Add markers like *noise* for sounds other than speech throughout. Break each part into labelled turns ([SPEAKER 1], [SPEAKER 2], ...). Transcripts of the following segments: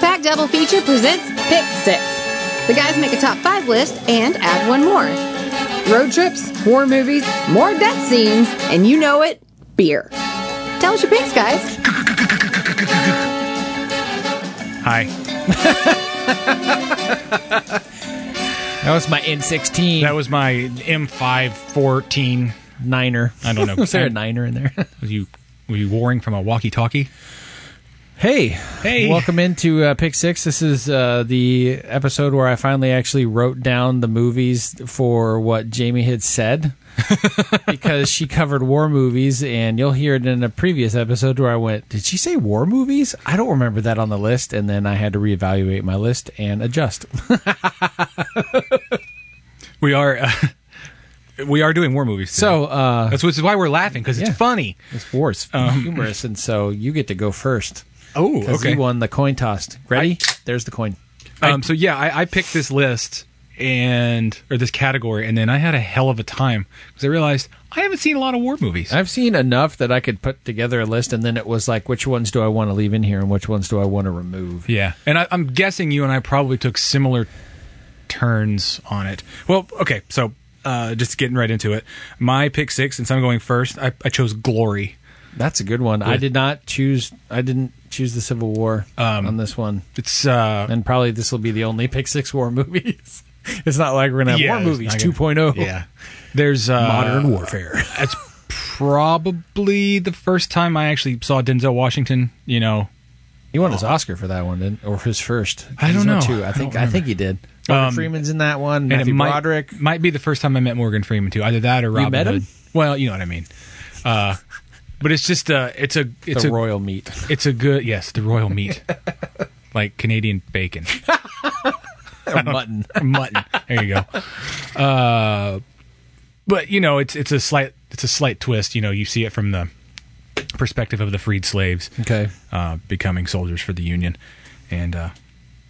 [SPEAKER 1] Black Devil Feature presents Pick Six. The guys make a top five list and add one more. Road trips, horror movies, more death scenes, and you know it, beer. Tell us your picks, guys.
[SPEAKER 2] Hi.
[SPEAKER 3] That was my N16
[SPEAKER 2] That was my M514.
[SPEAKER 3] niner.
[SPEAKER 2] I don't know. *laughs*
[SPEAKER 3] was there a niner in there? *laughs*
[SPEAKER 2] Was you were you warring from a walkie-talkie?
[SPEAKER 3] hey,
[SPEAKER 2] Hey.
[SPEAKER 3] welcome into uh, Pick Six. This is uh, the episode where I finally actually wrote down the movies for what Jamie had *laughs* said because she covered war movies, and you'll hear it in a previous episode where I went, "Did she say war movies? I don't remember that on the list," and then I had to reevaluate my list and adjust.
[SPEAKER 2] We are uh, we are doing war movies. today.
[SPEAKER 3] so uh,
[SPEAKER 2] that's which is why we're laughing because it's
[SPEAKER 3] Yeah.
[SPEAKER 2] funny.
[SPEAKER 3] it's war, it's humorous, and so you get to go first.
[SPEAKER 2] Oh,
[SPEAKER 3] Because you won the coin toss. Ready? There's the coin.
[SPEAKER 2] Um, so yeah, I, I picked this list and or this category, and then I had a hell of a time because I realized I haven't seen a lot of war movies.
[SPEAKER 3] I've seen enough that I could put together a list, and then it was like, which ones do I want to leave in here, and which ones do I want to remove?
[SPEAKER 2] yeah, and I, I'm guessing you and I probably took similar turns on it. Well, okay, so uh, just getting right into it. My pick six, since I'm going first, I, I chose Glory.
[SPEAKER 3] That's a good one. I did not choose. I didn't choose the Civil War on this one,
[SPEAKER 2] It's uh,
[SPEAKER 3] and probably this will be the only pick six war *laughs* movies. it's not like we're gonna have
[SPEAKER 2] yeah,
[SPEAKER 3] war
[SPEAKER 2] it's
[SPEAKER 3] movies oh.
[SPEAKER 2] not
[SPEAKER 3] 2.0.
[SPEAKER 2] gonna- Yeah, oh. there's uh,
[SPEAKER 3] Modern warfare. *laughs*
[SPEAKER 2] That's probably the first time I actually saw Denzel Washington. You know,
[SPEAKER 3] He won his Oscar for that one, didn't? Or his first?
[SPEAKER 2] I
[SPEAKER 3] He's
[SPEAKER 2] don't
[SPEAKER 3] not
[SPEAKER 2] know.
[SPEAKER 3] Two.
[SPEAKER 2] I
[SPEAKER 3] I think.
[SPEAKER 2] don't
[SPEAKER 3] I, think he did. Um, Morgan Freeman's in that one.
[SPEAKER 2] and
[SPEAKER 3] Matthew
[SPEAKER 2] it might,
[SPEAKER 3] Broderick.
[SPEAKER 2] might be the first time I met Morgan Freeman too. Either that or Robin
[SPEAKER 3] met him?
[SPEAKER 2] Hood. Well, you know what I mean. Uh, but it's just uh, it's a it's
[SPEAKER 3] the
[SPEAKER 2] a
[SPEAKER 3] royal meat.
[SPEAKER 2] it's a good yes the royal meat like Canadian bacon
[SPEAKER 3] *laughs* Or mutton.
[SPEAKER 2] mutton. There you go. Uh, but you know it's it's a slight it's a slight twist. You know you see it from the perspective of the freed slaves
[SPEAKER 3] Okay.
[SPEAKER 2] uh, becoming soldiers for the Union, and uh,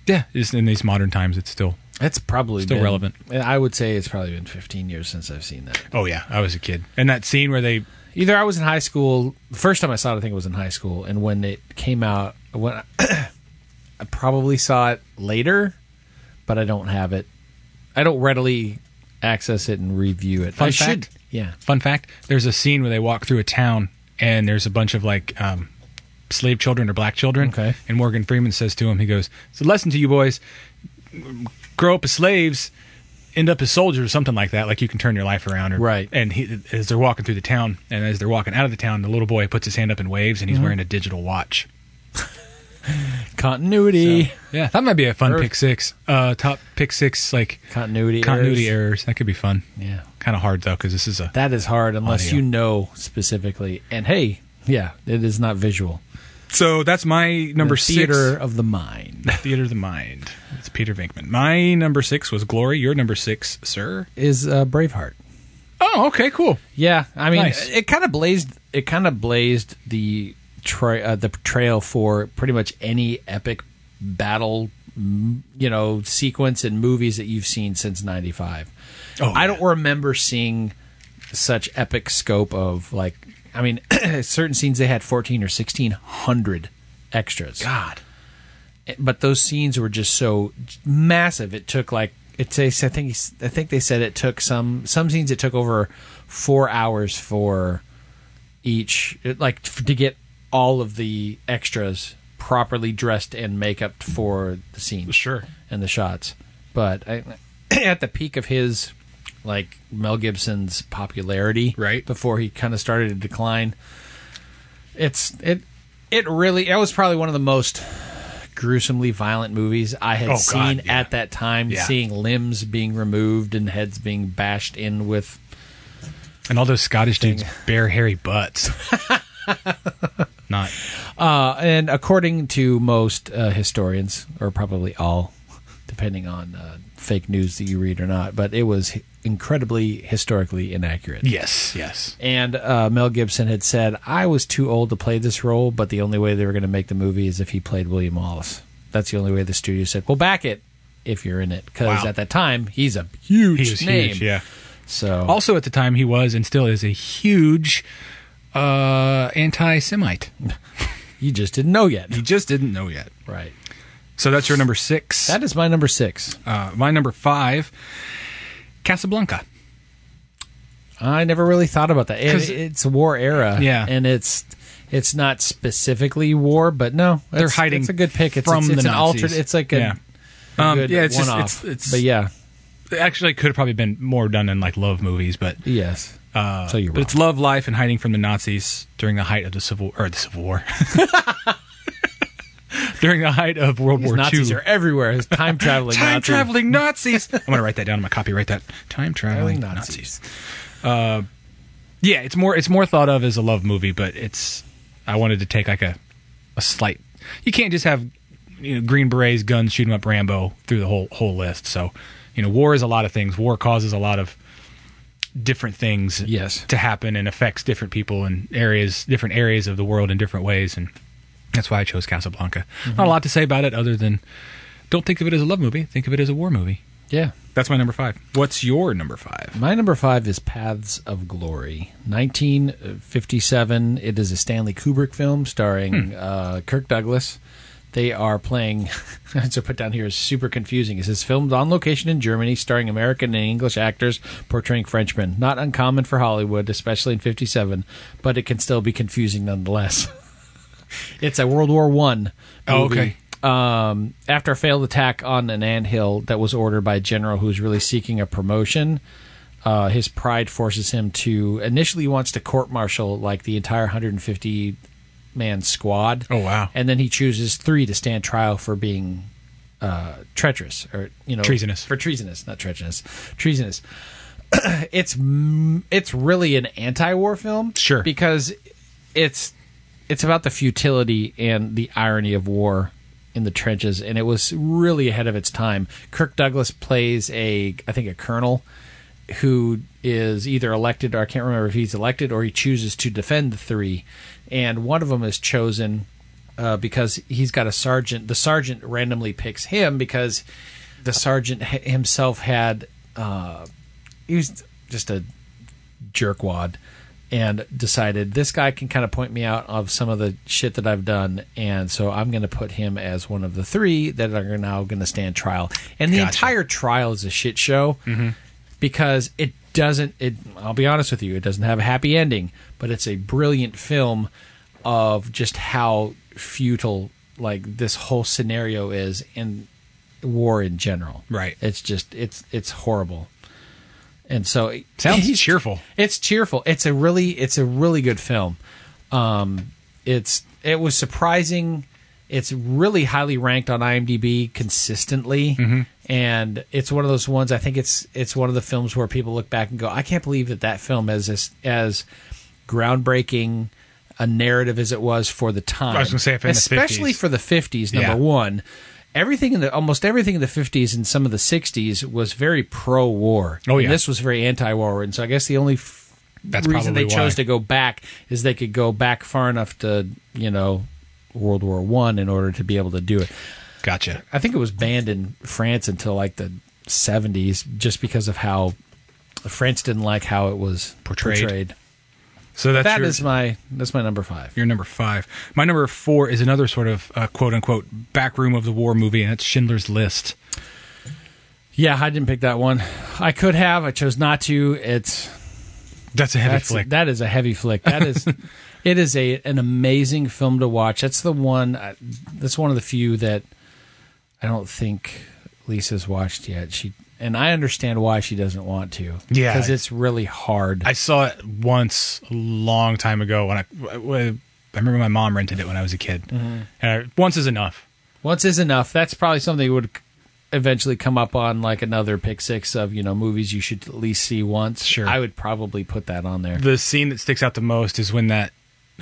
[SPEAKER 2] yeah, just in these modern times it's still
[SPEAKER 3] That's probably
[SPEAKER 2] Still
[SPEAKER 3] been-
[SPEAKER 2] relevant.
[SPEAKER 3] I would say it's probably been 15 years since I've seen that.
[SPEAKER 2] oh yeah I was a kid and that scene where they
[SPEAKER 3] Either I was in high school. The first time I saw it, I think it was in high school, and when it came out, when I, *clears throat* I probably saw it later, but I don't have it. I don't readily access it and review it. I
[SPEAKER 2] Fun
[SPEAKER 3] should.
[SPEAKER 2] fact.
[SPEAKER 3] Yeah.
[SPEAKER 2] Fun fact: There's a scene where they walk through a town, and there's a bunch of like um, slave children or black children.
[SPEAKER 3] Okay.
[SPEAKER 2] And Morgan Freeman says to him, he goes, "It's a lesson to you boys: grow up as slaves, end up as soldiers, or something like that. Like you can turn your life around." Or,
[SPEAKER 3] Right.
[SPEAKER 2] And he, as they're walking through the town, and as they're walking out of the town, the little boy puts his hand up and waves, and he's wearing a digital watch.
[SPEAKER 3] Continuity.
[SPEAKER 2] Yeah, that might be a fun
[SPEAKER 3] Perfect.
[SPEAKER 2] pick six. Uh, top pick six like
[SPEAKER 3] Continuity.
[SPEAKER 2] continuity
[SPEAKER 3] errors.
[SPEAKER 2] errors. That could be fun.
[SPEAKER 3] Yeah.
[SPEAKER 2] Kind of hard though, because this is a
[SPEAKER 3] That is hard unless
[SPEAKER 2] Audio.
[SPEAKER 3] you know specifically. And hey, yeah, it is not visual.
[SPEAKER 2] so that's my number
[SPEAKER 3] the
[SPEAKER 2] six.
[SPEAKER 3] theater of the mind *laughs*
[SPEAKER 2] Theater of the Mind. It's Peter Venkman. My number six was Glory. Your number six, sir.
[SPEAKER 3] is uh, Braveheart.
[SPEAKER 2] Oh, okay, cool.
[SPEAKER 3] Yeah, I mean,
[SPEAKER 2] Nice.
[SPEAKER 3] it kind of blazed. It kind of blazed the tra- uh, the trail for pretty much any epic battle, m- you know, sequence in movies that you've seen since '95.
[SPEAKER 2] Oh,
[SPEAKER 3] I
[SPEAKER 2] yeah.
[SPEAKER 3] don't remember seeing such epic scope of like. I mean, *clears throat* certain scenes they had fourteen or sixteen hundred extras
[SPEAKER 2] God.
[SPEAKER 3] but those scenes were just so massive. It took like it takes. I think I think they said it took some some scenes. It took over four hours for each, it, like f- to get all of the extras properly dressed and makeup for the scene.
[SPEAKER 2] Sure.
[SPEAKER 3] and the shots. But I, *clears throat* at the peak of his like Mel Gibson's popularity,
[SPEAKER 2] Right.
[SPEAKER 3] before he kind of started to decline, it's it it really. It was probably one of the most gruesomely violent movies I had
[SPEAKER 2] Oh, God,
[SPEAKER 3] seen
[SPEAKER 2] yeah.
[SPEAKER 3] at that time,
[SPEAKER 2] Yeah.
[SPEAKER 3] seeing limbs being removed and heads being bashed in with.
[SPEAKER 2] And all those Scottish dudes' bare hairy *laughs* butts. Not.
[SPEAKER 3] Uh, and according to most uh, historians, or probably all, depending on uh, fake news that you read or not, but it was h- incredibly historically inaccurate.
[SPEAKER 2] Yes, yes.
[SPEAKER 3] And uh, Mel Gibson had said, I was too old to play this role, but the only way they were going to make the movie is if he played William Wallace. That's the only way the studio said, well, back it if you're in it. Because
[SPEAKER 2] Wow.
[SPEAKER 3] at that time, he's a huge
[SPEAKER 2] He was
[SPEAKER 3] name.
[SPEAKER 2] huge, yeah.
[SPEAKER 3] So
[SPEAKER 2] Also, at the time, he was and still is a huge uh, anti Semite.
[SPEAKER 3] you just didn't know yet.
[SPEAKER 2] He just didn't know yet.
[SPEAKER 3] Right.
[SPEAKER 2] So that's your number six.
[SPEAKER 3] That is my number six.
[SPEAKER 2] uh, my number five, Casablanca.
[SPEAKER 3] I never really thought about that. It-
[SPEAKER 2] 'Cause-
[SPEAKER 3] it's war era,
[SPEAKER 2] Yeah.
[SPEAKER 3] and it's it's not specifically war, but no, it's-
[SPEAKER 2] hiding
[SPEAKER 3] It's a good pick. It's,
[SPEAKER 2] from
[SPEAKER 3] it's,
[SPEAKER 2] the
[SPEAKER 3] it's an
[SPEAKER 2] Nazis.
[SPEAKER 3] altered. It's like a,
[SPEAKER 2] Yeah.
[SPEAKER 3] a
[SPEAKER 2] Um,
[SPEAKER 3] good
[SPEAKER 2] yeah, it's just-
[SPEAKER 3] one-off.
[SPEAKER 2] it's- it's-
[SPEAKER 3] but yeah,
[SPEAKER 2] Actually, it could have probably been more done in like love movies, but
[SPEAKER 3] yes. Uh, so you're
[SPEAKER 2] but
[SPEAKER 3] wrong.
[SPEAKER 2] it's love life and hiding from the Nazis during the height of the civil or the Civil War. *laughs* during the height of World
[SPEAKER 3] These
[SPEAKER 2] War
[SPEAKER 3] Nazis
[SPEAKER 2] II.
[SPEAKER 3] are everywhere. It's time traveling.
[SPEAKER 2] Time
[SPEAKER 3] Nazis. *laughs*
[SPEAKER 2] traveling Nazis. I'm gonna write that down. I'm gonna copyright that. Time traveling
[SPEAKER 3] Traveling
[SPEAKER 2] Nazis.
[SPEAKER 3] Nazis.
[SPEAKER 2] Yeah, it's more it's more thought of as a love movie, but it's I wanted to take like a a slight. You can't just have you know Green Berets, guns, shoot 'em up, Rambo through the whole whole list. So you know, war is a lot of things. War causes a lot of different things
[SPEAKER 3] Yes.
[SPEAKER 2] to happen and affects different people and areas, different areas of the world in different ways, and that's why I chose Casablanca. Not a lot to say about it other than don't think of it as a love movie. Think of it as a war movie.
[SPEAKER 3] Yeah.
[SPEAKER 2] That's my number five. What's your number five?
[SPEAKER 3] My number five is Paths of Glory, 1957. It is a Stanley Kubrick film
[SPEAKER 2] Hmm.
[SPEAKER 3] starring uh, Kirk Douglas. They are playing. *laughs* so put down here is super confusing. It says filmed on location in Germany, starring American and English actors portraying Frenchmen. Not uncommon for Hollywood, especially in '57, but it can still be confusing nonetheless. *laughs* it's a World War One.
[SPEAKER 2] Oh, okay.
[SPEAKER 3] Um, after a failed attack on an anthill that was ordered by a general who's really seeking a promotion, uh, his pride forces him to initially he wants to court martial like the entire 150 man squad.
[SPEAKER 2] Oh, wow.
[SPEAKER 3] And then he chooses three to stand trial for being uh, treacherous or you know
[SPEAKER 2] Treasonous.
[SPEAKER 3] for treasonous, not treacherous, treasonous. it's m- it's really an anti-war film,
[SPEAKER 2] Sure.
[SPEAKER 3] because it's it's about the futility and the irony of war in the trenches, and it was really ahead of its time. Kirk Douglas plays a, I think, a colonel who is either elected, or I can't remember if he's elected, or he chooses to defend the three, and one of them is chosen uh, because he's got a sergeant. The sergeant randomly picks him because the sergeant h- himself had uh, he was just a jerkwad and decided this guy can kind of point me out of some of the shit that I've done and so I'm going to put him as one of the 3 that are now going to stand trial. And the
[SPEAKER 2] Gotcha. Mm-hmm.
[SPEAKER 3] entire trial is a shit show because it doesn't it I'll be honest with you, it doesn't have a happy ending, but it's a brilliant film of just how futile like this whole scenario is and war in general.
[SPEAKER 2] Right.
[SPEAKER 3] It's just it's it's horrible. And so it *laughs*
[SPEAKER 2] Sounds cheerful.
[SPEAKER 3] It's cheerful. It's a really it's a really good film. Um it's it was surprising. It's really highly ranked on IMDb consistently.
[SPEAKER 2] Mm-hmm.
[SPEAKER 3] And it's one of those ones I think it's it's one of the films where people look back and go, I can't believe that that film is as as groundbreaking a narrative as it was for the time.
[SPEAKER 2] I was gonna say, if in the
[SPEAKER 3] especially
[SPEAKER 2] 50s.
[SPEAKER 3] for the 50s number
[SPEAKER 2] Yeah.
[SPEAKER 3] 1. Everything in the almost everything in the 50s and some of the 60s was very pro war.
[SPEAKER 2] Oh, yeah.
[SPEAKER 3] And this was very anti-war, and so I guess the only f-
[SPEAKER 2] That's
[SPEAKER 3] reason they
[SPEAKER 2] probably
[SPEAKER 3] chose
[SPEAKER 2] why.
[SPEAKER 3] to go back is they could go back far enough to you know World War One in order to be able to do it.
[SPEAKER 2] Gotcha.
[SPEAKER 3] I think it was banned in France until like the seventies, just because of how France didn't like how it was
[SPEAKER 2] Portrayed.
[SPEAKER 3] portrayed.
[SPEAKER 2] So that's
[SPEAKER 3] That
[SPEAKER 2] your,
[SPEAKER 3] is my that's my number five.
[SPEAKER 2] your number five. My number four is another sort of uh, quote unquote backroom of the war movie, and that's Schindler's List.
[SPEAKER 3] Yeah, I didn't pick that one. I could have. I chose not to. It's
[SPEAKER 2] That's a heavy
[SPEAKER 3] That's,
[SPEAKER 2] flick.
[SPEAKER 3] That is a heavy flick. That is,
[SPEAKER 2] *laughs*
[SPEAKER 3] it is a an amazing film to watch. That's the one. I- That's one of the few that I don't think Lisa's watched yet. She and I understand why she doesn't want to.
[SPEAKER 2] Yeah.
[SPEAKER 3] because it's really hard.
[SPEAKER 2] I saw it once a long time ago when I, when- I remember my mom rented it when I was a kid.
[SPEAKER 3] Mm-hmm.
[SPEAKER 2] And I, once is enough.
[SPEAKER 3] Once is enough. That's probably something that would eventually come up on like another pick six of you know movies you should at least see once.
[SPEAKER 2] Sure.
[SPEAKER 3] I would probably put that on there.
[SPEAKER 2] The scene that sticks out the most is when that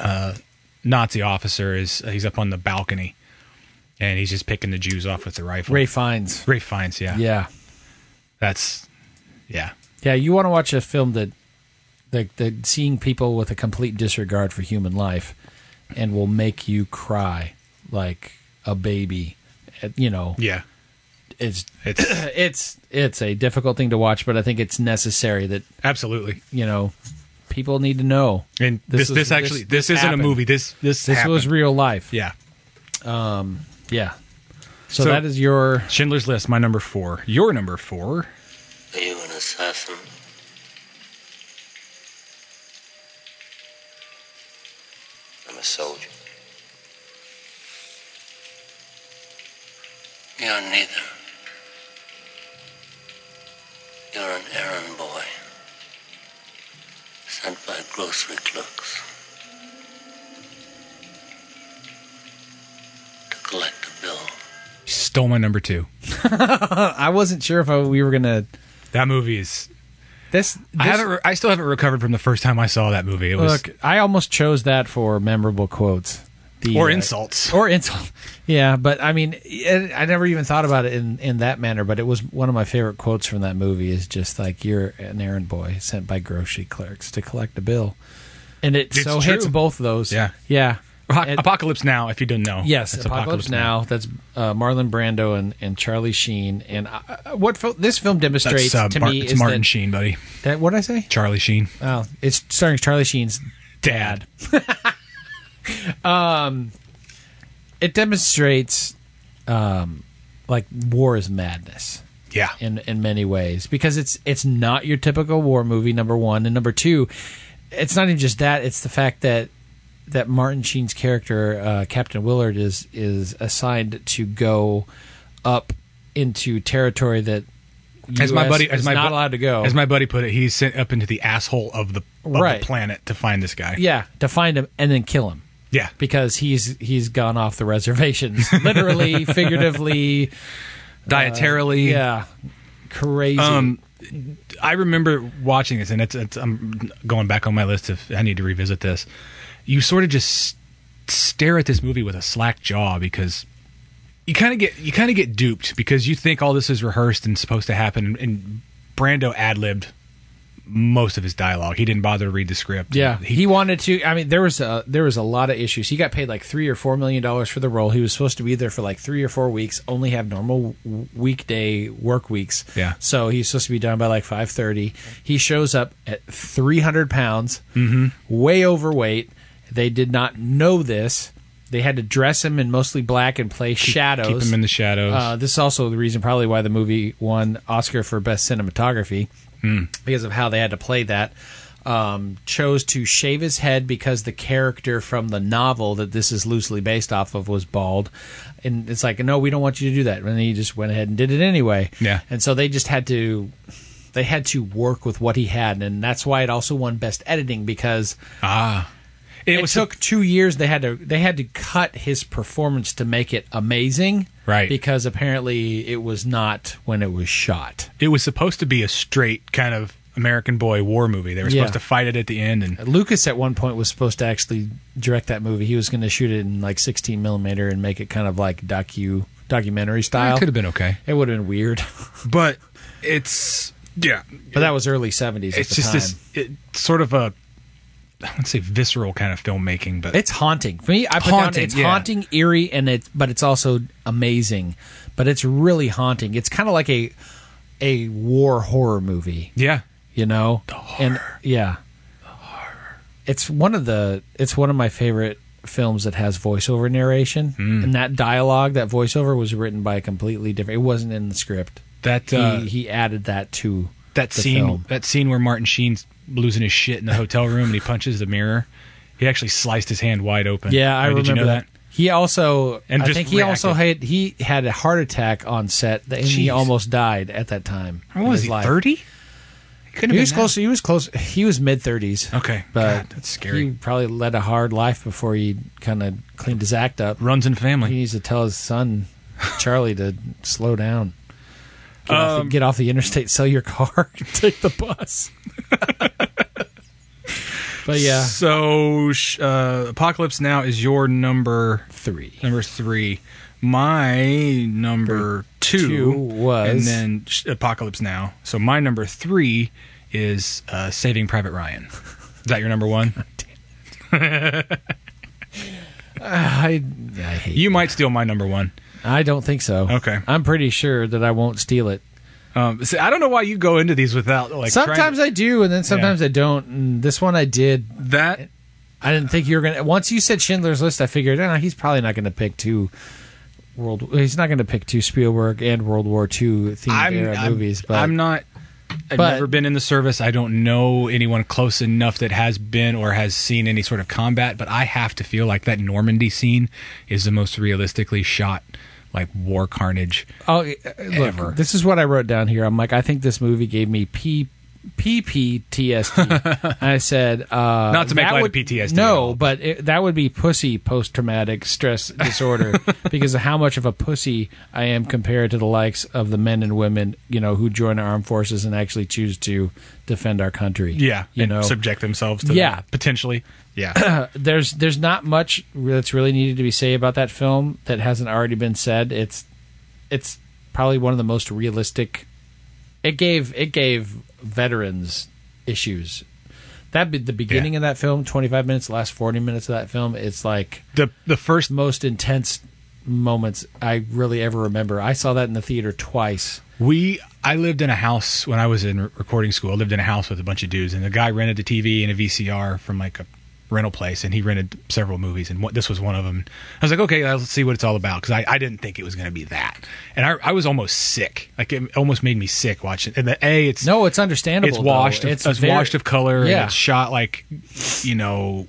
[SPEAKER 2] uh, Nazi officer is he's up on the balcony and he's just picking the Jews off with the rifle.
[SPEAKER 3] Ray Fiennes.
[SPEAKER 2] Ray Fiennes, yeah.
[SPEAKER 3] Yeah.
[SPEAKER 2] That's yeah.
[SPEAKER 3] Yeah, you want to watch a film that, that, that seeing people with a complete disregard for human life, and will make you cry like a baby. Uh, You know,
[SPEAKER 2] Yeah.
[SPEAKER 3] it's
[SPEAKER 2] It's
[SPEAKER 3] it's it's a difficult thing to watch, but I think it's necessary that
[SPEAKER 2] absolutely.
[SPEAKER 3] you know people need to know.
[SPEAKER 2] And this this,
[SPEAKER 3] is-
[SPEAKER 2] actually this, isn't
[SPEAKER 3] happened.
[SPEAKER 2] a movie. This this
[SPEAKER 3] This was
[SPEAKER 2] happened.
[SPEAKER 3] real life.
[SPEAKER 2] yeah.
[SPEAKER 3] Yeah.
[SPEAKER 2] So-
[SPEAKER 3] So, that is your
[SPEAKER 2] Schindler's List, my number four. Your number four.
[SPEAKER 4] Are you an assassin? I'm a soldier. You're neither. You're an errand boy sent by grocery clerks to collect a bill.
[SPEAKER 2] You Stole my number two.
[SPEAKER 3] I wasn't sure if I, we were gonna
[SPEAKER 2] That movie is.
[SPEAKER 3] this, this
[SPEAKER 2] I haven't. Re- I still haven't recovered from the first time I saw that movie. It was
[SPEAKER 3] Look, I almost chose that for memorable quotes. The,
[SPEAKER 2] or
[SPEAKER 3] uh,
[SPEAKER 2] insults.
[SPEAKER 3] Or insult. Yeah, but I mean, it, I never even thought about it in, in that manner, but it was one of my favorite quotes from that movie is just like, you're an errand boy sent by grocery clerks to collect a bill. And it
[SPEAKER 2] It's
[SPEAKER 3] so
[SPEAKER 2] true.
[SPEAKER 3] hits both those.
[SPEAKER 2] Yeah.
[SPEAKER 3] Yeah.
[SPEAKER 2] Apo-
[SPEAKER 3] And-
[SPEAKER 2] Apocalypse Now, if you didn't know.
[SPEAKER 3] Yes,
[SPEAKER 2] It's
[SPEAKER 3] Apocalypse, Now. That's uh, Marlon Brando and, and Charlie Sheen. And uh, what fil- this film demonstrates
[SPEAKER 2] That's uh,
[SPEAKER 3] to
[SPEAKER 2] Mar-
[SPEAKER 3] me
[SPEAKER 2] it's
[SPEAKER 3] is
[SPEAKER 2] Martin
[SPEAKER 3] that,
[SPEAKER 2] Sheen, buddy.
[SPEAKER 3] that what did I say?
[SPEAKER 2] Charlie Sheen.
[SPEAKER 3] Oh, it's starring Charlie Sheen's
[SPEAKER 2] Dad.
[SPEAKER 3] it demonstrates um, like war is madness
[SPEAKER 2] Yeah.
[SPEAKER 3] in in many ways because it's it's not your typical war movie number 1 and number 2 it's not even just that it's the fact that that Martin Sheen's character uh, Captain Willard is is assigned to go up into territory that
[SPEAKER 2] as my
[SPEAKER 3] US
[SPEAKER 2] buddy, as
[SPEAKER 3] is
[SPEAKER 2] my
[SPEAKER 3] not
[SPEAKER 2] bu-
[SPEAKER 3] allowed to go
[SPEAKER 2] As my buddy put it, he's sent up into the asshole of the, of the
[SPEAKER 3] Right.
[SPEAKER 2] planet to find this guy.
[SPEAKER 3] yeah to find him and then kill him
[SPEAKER 2] Yeah.
[SPEAKER 3] because he's he's gone off
[SPEAKER 2] *laughs*
[SPEAKER 3] the reservations literally figuratively
[SPEAKER 2] Dietarily.
[SPEAKER 3] Uh, Yeah, crazy.
[SPEAKER 2] Um, I remember watching this, and it's, it's I'm going back on my list. If I need to revisit this, you sort of just s- stare at this movie with a slack jaw because you kind of get you kind of get duped because you think all this is rehearsed and supposed to happen, and Brando ad libbed most of his dialogue. He didn't bother to read the script.
[SPEAKER 3] yeah,
[SPEAKER 2] He-
[SPEAKER 3] he, wanted to. I mean, there was a there was a lot of issues. He got paid like three or four million dollars for the role. He was supposed to be there for like three or four weeks. Only have normal w- weekday work weeks.
[SPEAKER 2] Yeah.
[SPEAKER 3] So he's supposed to be done by like five thirty. He shows up at three hundred pounds,
[SPEAKER 2] Mm-hmm.
[SPEAKER 3] way overweight. They did not know this. They had to dress him in mostly black and play shadows.
[SPEAKER 2] keep him in the shadows.
[SPEAKER 3] Uh, this is also the reason, probably, why the movie won Oscar for Best Cinematography because of how they had to play that. Um, chose to shave his head because the character from the novel that this is loosely based off of was bald, and it's like, no, we don't want you to do that. And he just went ahead and did it anyway.
[SPEAKER 2] Yeah.
[SPEAKER 3] and so they just had to. They had to work with what he had, and that's why it also won Best Editing because
[SPEAKER 2] ah,
[SPEAKER 3] it, took two years. They had to they had to cut his performance to make it amazing,
[SPEAKER 2] Right.
[SPEAKER 3] Because apparently it was not when it was shot.
[SPEAKER 2] it was supposed to be a straight kind of American boy war movie. They were
[SPEAKER 3] Yeah.
[SPEAKER 2] supposed to fight it at the end, and
[SPEAKER 3] Lucas at one point was supposed to actually direct that movie. He was going to shoot it in like 16 millimeter and make it kind of like docu documentary style.
[SPEAKER 2] it could have been okay.
[SPEAKER 3] It would have been weird, *laughs*
[SPEAKER 2] but it's yeah
[SPEAKER 3] but that was early 70s. at
[SPEAKER 2] it's
[SPEAKER 3] the
[SPEAKER 2] just
[SPEAKER 3] time.
[SPEAKER 2] this it, sort of a i wouldn't say visceral kind of filmmaking but
[SPEAKER 3] It's haunting for me. I put
[SPEAKER 2] Haunting,
[SPEAKER 3] down it's
[SPEAKER 2] yeah.
[SPEAKER 3] haunting, eerie, and it's but it's also amazing. But it's really haunting. It's kind of like a a war horror movie.
[SPEAKER 2] yeah
[SPEAKER 3] you know and yeah it's one of the it's one of my favorite films that has voiceover narration
[SPEAKER 2] Hmm.
[SPEAKER 3] and that dialogue that voiceover was written by a completely different it wasn't in the script
[SPEAKER 2] that uh,
[SPEAKER 3] he, he added that to
[SPEAKER 2] that
[SPEAKER 3] the
[SPEAKER 2] scene
[SPEAKER 3] film.
[SPEAKER 2] that scene where martin sheen's losing his shit in the hotel room and he punches the mirror he actually sliced his hand wide open
[SPEAKER 3] yeah
[SPEAKER 2] mean,
[SPEAKER 3] i remember
[SPEAKER 2] did you know that,
[SPEAKER 3] he also
[SPEAKER 2] And
[SPEAKER 3] i
[SPEAKER 2] just
[SPEAKER 3] think he also had he had a heart attack on set that- and he
[SPEAKER 2] Jeez.
[SPEAKER 3] almost died at that time
[SPEAKER 2] How
[SPEAKER 3] in
[SPEAKER 2] old was
[SPEAKER 3] his
[SPEAKER 2] he
[SPEAKER 3] life.
[SPEAKER 2] 30 couldn't
[SPEAKER 3] he
[SPEAKER 2] have
[SPEAKER 3] was
[SPEAKER 2] been
[SPEAKER 3] close he was close he was mid 30s
[SPEAKER 2] that. okay
[SPEAKER 3] but
[SPEAKER 2] God, that's scary
[SPEAKER 3] he probably led a hard life before he kind of cleaned his act up
[SPEAKER 2] runs in
[SPEAKER 3] He
[SPEAKER 2] family
[SPEAKER 3] needs to tell his son, Charlie, to slow down. Get, off
[SPEAKER 2] Um,
[SPEAKER 3] the, get off the interstate, sell your car, *laughs* and take the bus. but yeah,
[SPEAKER 2] so sh- uh, apocalypse now is your number
[SPEAKER 3] three.
[SPEAKER 2] Number three. My number two,
[SPEAKER 3] two was-
[SPEAKER 2] and then sh- Apocalypse Now. So my number three is uh, Saving Private Ryan. Is that your number
[SPEAKER 3] *laughs*
[SPEAKER 2] one?
[SPEAKER 3] I, I hate.
[SPEAKER 2] You might steal my number one.
[SPEAKER 3] I don't think so.
[SPEAKER 2] Okay.
[SPEAKER 3] I'm pretty sure that I won't steal it.
[SPEAKER 2] Um, see, I don't know why you go into these without like. trying to-
[SPEAKER 3] sometimes I do, and then sometimes I don't. And this one I did.
[SPEAKER 2] that
[SPEAKER 3] "Ah, I didn't think you were gonna. Once you said Schindler's List, I figured, oh, he's probably not gonna pick two World. He's not going to pick two Spielberg and World War II themed era movies, but
[SPEAKER 2] I'm not. I've
[SPEAKER 3] But-
[SPEAKER 2] never been in the service. I don't know anyone close enough that has been or has seen any sort of combat. But I have to feel like that Normandy scene is the most realistically shot, like war carnage.
[SPEAKER 3] Oh, look, this is what I wrote down here. I'm like, I think this movie gave me P.
[SPEAKER 2] *laughs*
[SPEAKER 3] PPTSD. I said, uh,
[SPEAKER 2] Not to make
[SPEAKER 3] that
[SPEAKER 2] light of
[SPEAKER 3] would-
[SPEAKER 2] PTSD at
[SPEAKER 3] No,
[SPEAKER 2] all.
[SPEAKER 3] but it, that would be pussy post
[SPEAKER 2] *laughs*
[SPEAKER 3] traumatic stress disorder because of how much of a pussy I am compared to the likes of the men and women, you know, who join our armed forces and actually choose to defend our country. you
[SPEAKER 2] and
[SPEAKER 3] know,
[SPEAKER 2] subject themselves to
[SPEAKER 3] Yeah.
[SPEAKER 2] that potentially. Yeah,
[SPEAKER 3] Uh, there's there's not much that's really needed to be said about that film that hasn't already been said. It's it's probably one of the most realistic. It gave it gave veterans issues. That be the beginning
[SPEAKER 2] Yeah.
[SPEAKER 3] of that film, twenty five minutes, the last forty minutes of that film. It's like
[SPEAKER 2] *clears throat* the the first
[SPEAKER 3] the most intense moments I really ever remember. I saw that in the theater twice.
[SPEAKER 2] We, I lived in a house when I was in re- recording school. I lived in a house with a bunch of dudes, and the guy rented a TV and a VCR from like a rental place, and he rented several movies, and what, this was one of them. I was like, okay, let's see what it's all about because I, I didn't think it was going to be that, and I, I was almost sick. Like it almost made me sick watching. And the a, it's
[SPEAKER 3] No, it's understandable.
[SPEAKER 2] it's washed,
[SPEAKER 3] though.
[SPEAKER 2] of, it's,
[SPEAKER 3] very-
[SPEAKER 2] washed of color,
[SPEAKER 3] Yeah.
[SPEAKER 2] and it's shot like, you know,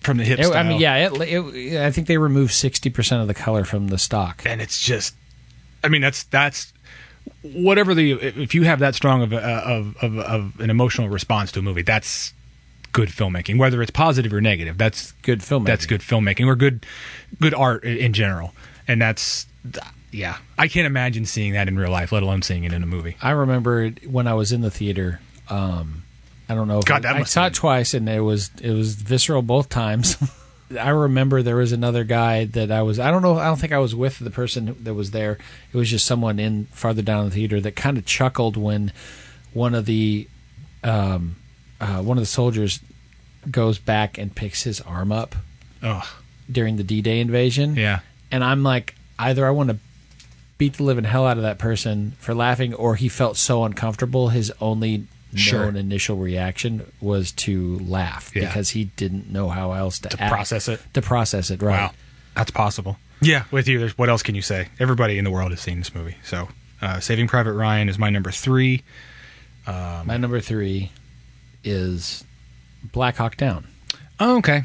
[SPEAKER 2] from the hip.
[SPEAKER 3] It- I
[SPEAKER 2] style.
[SPEAKER 3] mean, yeah, it, it, I think they removed sixty percent of the color from the stock.
[SPEAKER 2] and it's just i mean that's that's whatever the if you have that strong of a, of, of of an emotional response to a movie that's good filmmaking whether it's positive or negative that's
[SPEAKER 3] Good filmmaking.
[SPEAKER 2] that's good filmmaking or good good art i- in general and that's yeah i can't imagine seeing that in real life let alone seeing it in a movie
[SPEAKER 3] I remember when I was in the theater. Um, I don't know. If
[SPEAKER 2] God, that
[SPEAKER 3] I, I
[SPEAKER 2] must
[SPEAKER 3] saw it twice, and it was it was visceral both times. *laughs* I remember there was another guy that I was. I don't know. I don't think I was with the person that was there. It was just someone in farther down in the theater that kind of chuckled when one of the um, uh, one of the soldiers goes back and picks his arm up
[SPEAKER 2] oh
[SPEAKER 3] during the D-Day invasion.
[SPEAKER 2] yeah
[SPEAKER 3] and I'm like, either I want to beat the living hell out of that person for laughing, or he felt so uncomfortable. His only
[SPEAKER 2] Sure.
[SPEAKER 3] known initial reaction was to laugh
[SPEAKER 2] Yeah.
[SPEAKER 3] because he didn't know how else to,
[SPEAKER 2] To
[SPEAKER 3] act-
[SPEAKER 2] process it?
[SPEAKER 3] To process it, right?
[SPEAKER 2] wow that's possible yeah with you there's what else can you say everybody in the world has seen this movie so uh, saving private ryan is my number three
[SPEAKER 3] My number three is Black Hawk Down.
[SPEAKER 2] oh, okay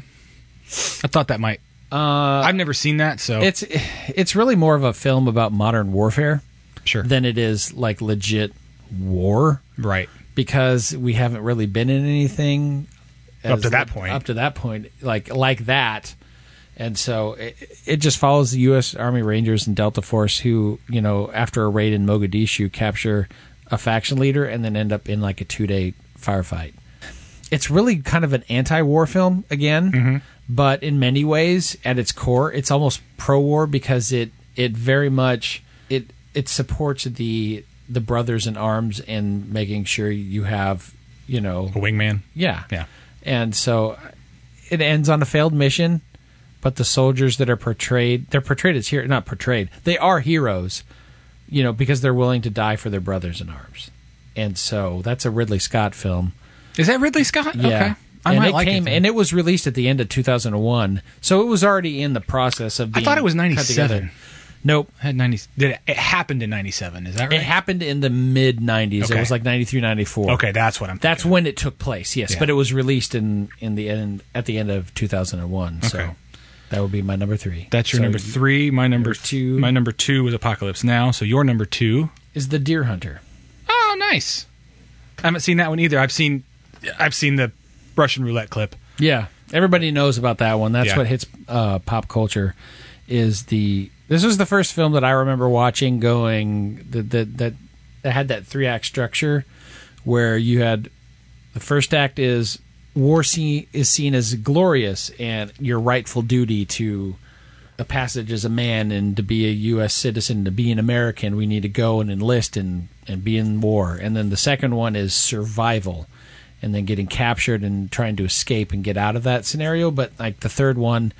[SPEAKER 2] i thought that might
[SPEAKER 3] Uh,
[SPEAKER 2] I've never seen that, so
[SPEAKER 3] it's it's really more of a film about modern warfare
[SPEAKER 2] sure.
[SPEAKER 3] than it is like legit war.
[SPEAKER 2] right.
[SPEAKER 3] because we haven't really been in anything
[SPEAKER 2] Up
[SPEAKER 3] as-
[SPEAKER 2] to that point.
[SPEAKER 3] Up to that point, like like that, and so it, it just follows the U.S. Army Rangers and Delta Force, who you know after a raid in Mogadishu capture a faction leader and then end up in like a two day firefight. It's really kind of an anti-war film again, but in many ways, at its core, it's almost pro-war because it it very much it it supports the the brothers in arms and making sure you have you know
[SPEAKER 2] A wingman.
[SPEAKER 3] yeah.
[SPEAKER 2] Yeah.
[SPEAKER 3] And so it ends on a failed mission, but the soldiers that are portrayed, they're portrayed as heroes, not portrayed. They are heroes, you know, because they're willing to die for their brothers in arms. And so that's a Ridley Scott film.
[SPEAKER 2] Is that Ridley Scott?
[SPEAKER 3] Yeah.
[SPEAKER 2] Okay. I
[SPEAKER 3] and
[SPEAKER 2] might
[SPEAKER 3] it
[SPEAKER 2] like
[SPEAKER 3] came
[SPEAKER 2] it. then.
[SPEAKER 3] and it was released at the end of 2001. So it was already in the process of
[SPEAKER 2] I
[SPEAKER 3] being
[SPEAKER 2] thought it was
[SPEAKER 3] cut
[SPEAKER 2] 97.
[SPEAKER 3] together. Nope.
[SPEAKER 2] I had 90 did it, it happened in 97, is that right?
[SPEAKER 3] It happened in the mid 90s. It
[SPEAKER 2] Okay.
[SPEAKER 3] was like 93 94.
[SPEAKER 2] okay, that's what I'm
[SPEAKER 3] That's
[SPEAKER 2] thinking.
[SPEAKER 3] when it took place. Yes,
[SPEAKER 2] Yeah.
[SPEAKER 3] but it was released in in the end at the end of 2001. So
[SPEAKER 2] Okay.
[SPEAKER 3] that would be my number three.
[SPEAKER 2] That's your
[SPEAKER 3] So
[SPEAKER 2] number 3, my number,
[SPEAKER 3] number two.
[SPEAKER 2] My number 2 was Apocalypse Now, so your number 2.
[SPEAKER 3] Is the Deer Hunter?
[SPEAKER 2] Oh, nice. I haven't seen that one either. I've seen I've seen the Russian roulette
[SPEAKER 3] *laughs*
[SPEAKER 2] clip.
[SPEAKER 3] Yeah, everybody knows about that one. That's
[SPEAKER 2] Yeah.
[SPEAKER 3] what hits uh, pop culture. Is the this was the first film that I remember watching going that that that, that had that three act structure where you had the first act is war scene is seen as glorious and your rightful duty to the passage as a man and to be a U.S. citizen, to be an American, we need to go and enlist and, and be in war. And then the second one is survival, and then getting captured and trying to escape and get out of that scenario. But like the third one,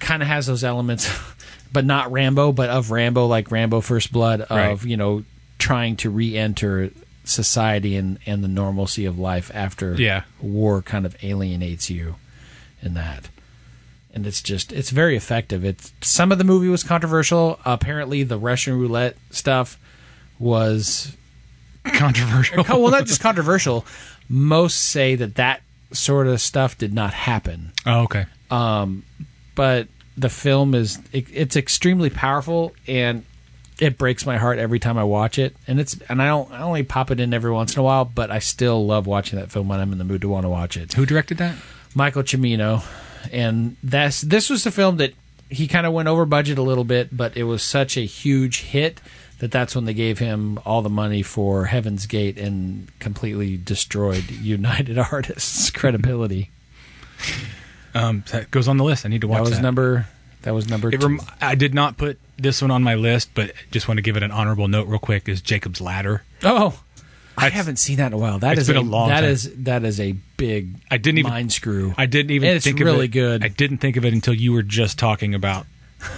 [SPEAKER 3] kind of has those elements, *laughs* but not Rambo, but of Rambo, like Rambo First Blood, of
[SPEAKER 2] Right.
[SPEAKER 3] you know trying to re-enter society and and the normalcy of life after
[SPEAKER 2] Yeah.
[SPEAKER 3] war kind of alienates you in that. and it's just it's very effective. It's some of the movie was controversial. Apparently, the Russian roulette stuff was
[SPEAKER 2] Controversial.
[SPEAKER 3] oh, well, not just controversial. Most say that that sort of stuff did not happen.
[SPEAKER 2] oh, okay.
[SPEAKER 3] but the film is it, it's extremely powerful and it breaks my heart every time I watch it. And it's and I don't I only pop it in every once in a while, but I still love watching that film when I'm in the mood to want to watch it.
[SPEAKER 2] Who directed that?
[SPEAKER 3] Michael Cimino, and that's this was the film that he kind of went over budget a little bit, but it was such a huge hit that that's when they gave him all the money for Heaven's Gate and completely destroyed *laughs* United
[SPEAKER 2] *laughs*
[SPEAKER 3] Artists' credibility.
[SPEAKER 2] Um, that goes on the list. I need to watch
[SPEAKER 3] That
[SPEAKER 2] that.
[SPEAKER 3] was number. That was number.
[SPEAKER 2] It
[SPEAKER 3] two.
[SPEAKER 2] rem- I did not put this one on my list, but just want to give it an honorable note real quick. Is Jacob's Ladder?
[SPEAKER 3] Oh, I
[SPEAKER 2] That's-
[SPEAKER 3] haven't seen that in a while. That
[SPEAKER 2] It's
[SPEAKER 3] is
[SPEAKER 2] been a long
[SPEAKER 3] that
[SPEAKER 2] time.
[SPEAKER 3] is- that is a big
[SPEAKER 2] I didn't even
[SPEAKER 3] mind screw.
[SPEAKER 2] I didn't even
[SPEAKER 3] And it's
[SPEAKER 2] think of
[SPEAKER 3] really
[SPEAKER 2] it.
[SPEAKER 3] good.
[SPEAKER 2] I didn't think of it until you were just talking about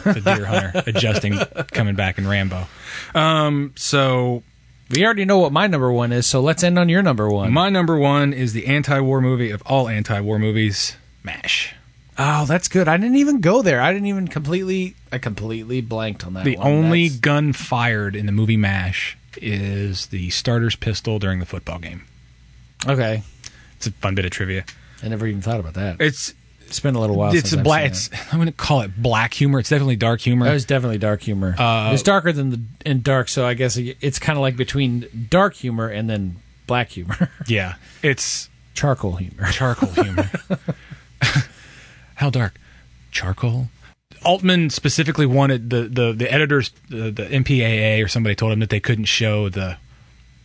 [SPEAKER 2] the
[SPEAKER 3] *laughs*
[SPEAKER 2] deer hunter adjusting, coming back in Rambo. Um, so
[SPEAKER 3] we already know what my number one is, so let's end on your number one.
[SPEAKER 2] my number one is the anti-war movie of all anti-war movies, MASH.
[SPEAKER 3] oh, that's good. I didn't even go there. I didn't even completely I completely blanked on that
[SPEAKER 2] The
[SPEAKER 3] one.
[SPEAKER 2] only
[SPEAKER 3] That's-
[SPEAKER 2] gun fired in the movie MASH is the starter's pistol during the football game.
[SPEAKER 3] Okay.
[SPEAKER 2] It's a fun bit of trivia.
[SPEAKER 3] I never even thought about that.
[SPEAKER 2] It's
[SPEAKER 3] It's been a little while
[SPEAKER 2] it's
[SPEAKER 3] since
[SPEAKER 2] a
[SPEAKER 3] I've
[SPEAKER 2] black.
[SPEAKER 3] seen Uh,
[SPEAKER 2] It's I wouldn't call it black humor. It's definitely dark humor.
[SPEAKER 3] that. That was definitely dark humor. Uh, it was darker than the and dark, so I guess it's kind of like between dark humor and then black humor, *laughs*
[SPEAKER 2] yeah, it's
[SPEAKER 3] charcoal humor.
[SPEAKER 2] charcoal humor. *laughs* How dark? Charcoal. Altman specifically wanted the the the editors, the, the MPAA or somebody told him that they couldn't show the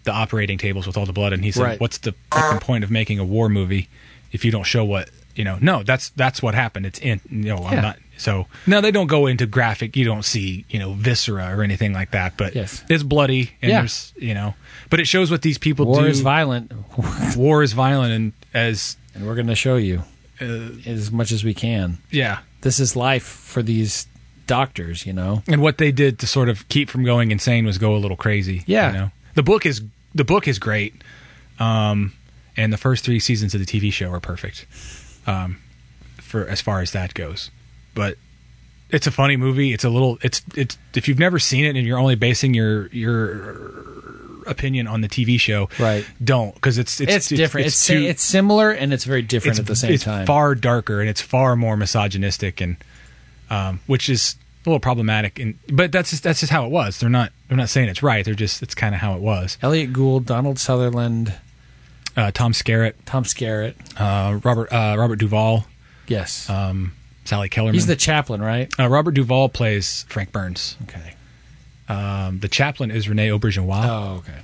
[SPEAKER 2] the operating tables with all the blood, and he said,
[SPEAKER 3] Right.
[SPEAKER 2] "What's the fucking point of making a war movie if you don't show what you know?" No, that's that's what happened. It's in you know,
[SPEAKER 3] Yeah.
[SPEAKER 2] I'm not. So no, they don't go into graphic. You don't see you know viscera or anything like that. But
[SPEAKER 3] Yes.
[SPEAKER 2] it's bloody, and
[SPEAKER 3] Yeah.
[SPEAKER 2] there's you know, but it shows what these people
[SPEAKER 3] War
[SPEAKER 2] do.
[SPEAKER 3] is violent, *laughs*
[SPEAKER 2] war is violent, and as uh,
[SPEAKER 3] and we're going to show you as much as we can.
[SPEAKER 2] yeah,
[SPEAKER 3] this is life for these doctors, you know.
[SPEAKER 2] and what they did to sort of keep from going insane was go a little crazy.
[SPEAKER 3] Yeah.
[SPEAKER 2] you know? the book is the book is great, um, and the first three seasons of the TV show are perfect, um, for as far as that goes. But it's a funny movie. It's a little. It's it's if you've never seen it and you're only basing your your opinion on the TV show,
[SPEAKER 3] Right.
[SPEAKER 2] Don't because it's, it's
[SPEAKER 3] It's, different. It's it's,
[SPEAKER 2] too-
[SPEAKER 3] it's similar and it's very different at the same
[SPEAKER 2] it's
[SPEAKER 3] time.
[SPEAKER 2] far darker and it's far more misogynistic and um, which is a little problematic. And but that's just, that's just how it was. They're not they're not saying it's right. They're just it's kind of how it was.
[SPEAKER 3] Elliot Gould, Donald Sutherland,
[SPEAKER 2] Uh, Tom Skerritt,
[SPEAKER 3] Tom Skerritt.
[SPEAKER 2] uh, Robert uh, Robert Duvall,
[SPEAKER 3] Yes,
[SPEAKER 2] um, Sally Kellerman.
[SPEAKER 3] he's the chaplain, right?
[SPEAKER 2] uh, Robert Duvall plays Frank Burns.
[SPEAKER 3] Okay.
[SPEAKER 2] Um, the chaplain is Rene Auberginois.
[SPEAKER 3] Oh, okay.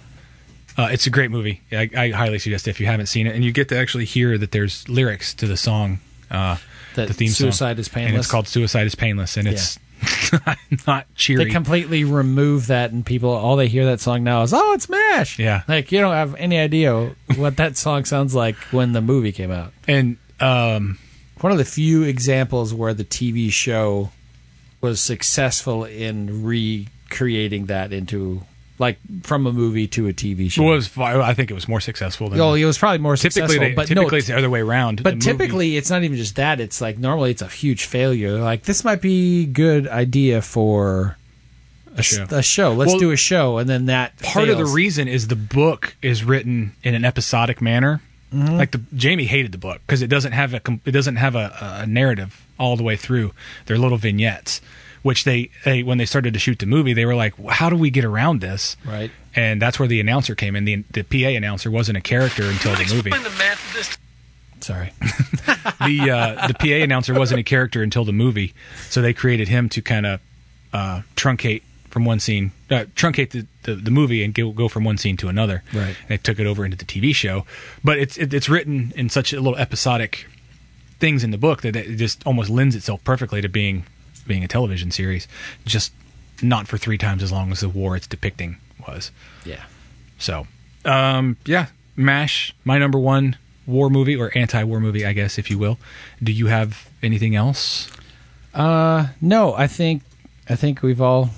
[SPEAKER 2] Uh, it's a great movie. I, I highly suggest it if you haven't seen it, and you get to actually hear that there's lyrics to the song. Uh,
[SPEAKER 3] That
[SPEAKER 2] the theme song.
[SPEAKER 3] suicide is
[SPEAKER 2] And
[SPEAKER 3] painless?
[SPEAKER 2] it's called "Suicide Is Painless," and it's *laughs* not cheery.
[SPEAKER 3] They completely remove that, and people all they hear that song now is "Oh, it's Mash."
[SPEAKER 2] Yeah.
[SPEAKER 3] like you don't have any idea what that song sounds like when the movie came out.
[SPEAKER 2] and um,
[SPEAKER 3] One of the few examples where the TV show was successful in recreating that into like from a movie to a TV show.
[SPEAKER 2] it was fi- I think it was more successful than
[SPEAKER 3] Well, it was probably more
[SPEAKER 2] typically.
[SPEAKER 3] successful,
[SPEAKER 2] They,
[SPEAKER 3] but
[SPEAKER 2] typically,
[SPEAKER 3] no,
[SPEAKER 2] it's the other way around. The
[SPEAKER 3] but
[SPEAKER 2] movie-
[SPEAKER 3] typically it's not even just that. It's like normally it's a huge failure. They're Like this might be good idea for a, s-
[SPEAKER 2] show.
[SPEAKER 3] a show. Let's
[SPEAKER 2] Well,
[SPEAKER 3] do a show, and then that
[SPEAKER 2] part of the
[SPEAKER 3] fails.
[SPEAKER 2] reason is the book is written in an episodic manner.
[SPEAKER 3] Mm-hmm.
[SPEAKER 2] Like the Jamie hated the book because it doesn't have a com- it doesn't have a, a narrative all the way through. They're little vignettes, which they, they when they started to shoot the movie, they were like, "Well, "How do we get around this?"
[SPEAKER 3] Right.
[SPEAKER 2] And that's where the announcer came in. the The PA announcer wasn't a character until the movie.
[SPEAKER 3] Sorry,
[SPEAKER 2] the uh, the PA announcer wasn't a character until the movie, so they created him to kind of uh, truncate from one scene, uh, truncate the, the, the movie and go, go from one scene to another.
[SPEAKER 3] Right.
[SPEAKER 2] They took it over into the TV show, but it's it, it's written in such a little episodic things in the book that it just almost lends itself perfectly to being being a television series, just not for three times as long as the war it's depicting was.
[SPEAKER 3] yeah.
[SPEAKER 2] So, um, yeah, MASH, my number one war movie or anti-war movie, I guess, if you will. Do you have anything else?
[SPEAKER 3] Uh, no, I think I think we've all
[SPEAKER 2] We've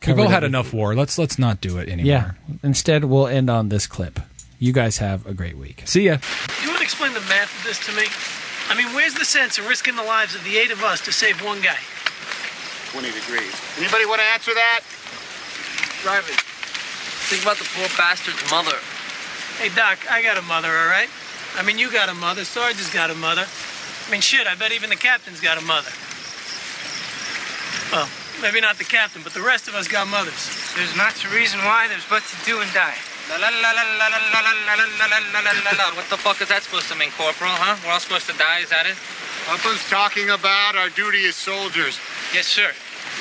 [SPEAKER 3] covered
[SPEAKER 2] all had
[SPEAKER 3] everything.
[SPEAKER 2] enough war. Let's let's not do it anymore.
[SPEAKER 3] Yeah. Instead, we'll end on this clip. You guys have a great week.
[SPEAKER 2] See ya.
[SPEAKER 5] You want to explain the math of this to me? I mean, where's the sense of risking the lives of the eight of us to save one guy?
[SPEAKER 6] 20 degrees. Anybody want to answer that?
[SPEAKER 7] Driving. Think about the poor bastard's mother.
[SPEAKER 5] Hey, Doc, I got a mother, all right? I mean, you got a mother. Sarge has got a mother. I mean, shit, I bet even the captain's got a mother. Well, maybe not the captain, but the rest of us got mothers.
[SPEAKER 8] There's not a reason why, there's but to do and die. La la la la la la la la la la la la la la la.
[SPEAKER 7] What the fuck is that supposed to mean, Corporal, huh? We're all supposed to die, is that it?
[SPEAKER 6] Upham's talking about our duty as soldiers.
[SPEAKER 7] Yes, sir.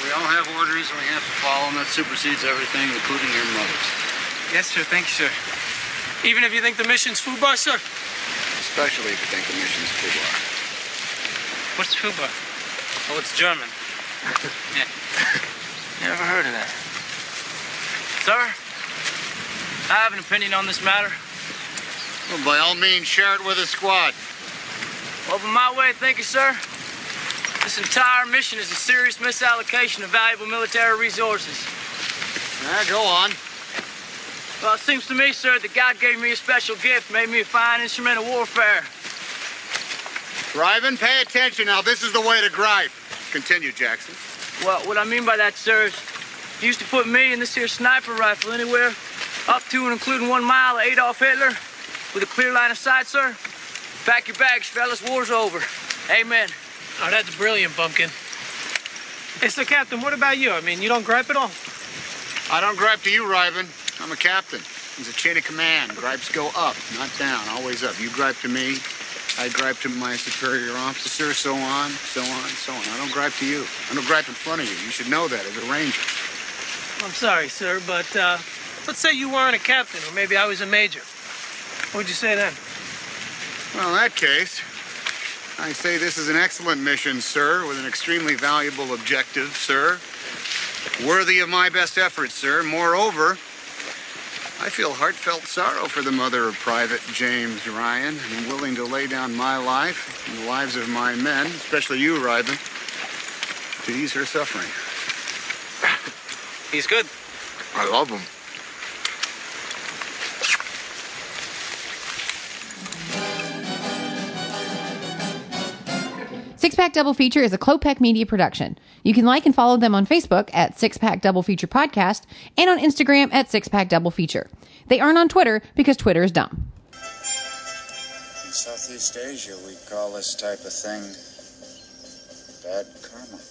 [SPEAKER 6] We all have orders and we have to follow them. That supersedes everything, including your mother's.
[SPEAKER 8] Yes, sir. Thank you, sir.
[SPEAKER 5] Even if you think the mission's foobar, sir?
[SPEAKER 6] Especially if you think the mission's Kubar.
[SPEAKER 7] What's Huber? Oh, it's
[SPEAKER 6] *laughs*
[SPEAKER 7] German. yeah. Never heard of that. Sir, I have an opinion on this matter.
[SPEAKER 6] Well, by all means, share it with the squad.
[SPEAKER 7] Over my way of thinking, sir, this entire mission is a serious misallocation of valuable military resources.
[SPEAKER 6] Yeah, go on.
[SPEAKER 7] Well, it seems to me, sir, that God gave me a special gift, made me a fine instrument of warfare.
[SPEAKER 6] Griven, pay attention now. This is the way to gripe. Continue, Jackson.
[SPEAKER 7] Well, what I mean by that, sir, is you used to put me and this here sniper rifle anywhere up to and including one mile of Adolf Hitler with a clear line of sight, sir. Pack your bags, fellas. War's over. Amen.
[SPEAKER 5] Oh, that's brilliant, Bumpkin. Hey, so, Captain, what about you? I mean, you don't gripe at all?
[SPEAKER 6] I don't gripe to you, Riven. I'm a captain. He's a chain of command. Gripes go up, not down, always up. You gripe to me, I gripe to my superior officer, so on, so on, so on. I don't gripe to you. I don't gripe in front of you. You should know that as a ranger.
[SPEAKER 5] I'm sorry, sir, but uh, let's say you weren't a captain, or maybe I was a major. What would you say then?
[SPEAKER 6] Well, in that case, I say this is an excellent mission, sir, with an extremely valuable objective, sir. Worthy of my best efforts, sir. Moreover, I feel heartfelt sorrow for the mother of Private James Ryan and am willing to lay down my life and the lives of my men, especially you, Ryan, to ease her suffering.
[SPEAKER 7] He's good.
[SPEAKER 6] I love him.
[SPEAKER 1] Six Pack Double Feature is a Clopec Media production. You can like and follow them on Facebook at Six Pack Double Feature Podcast and on Instagram at Six Pack Double Feature. They aren't on Twitter because Twitter is dumb.
[SPEAKER 9] In Southeast Asia, we call this type of thing bad karma.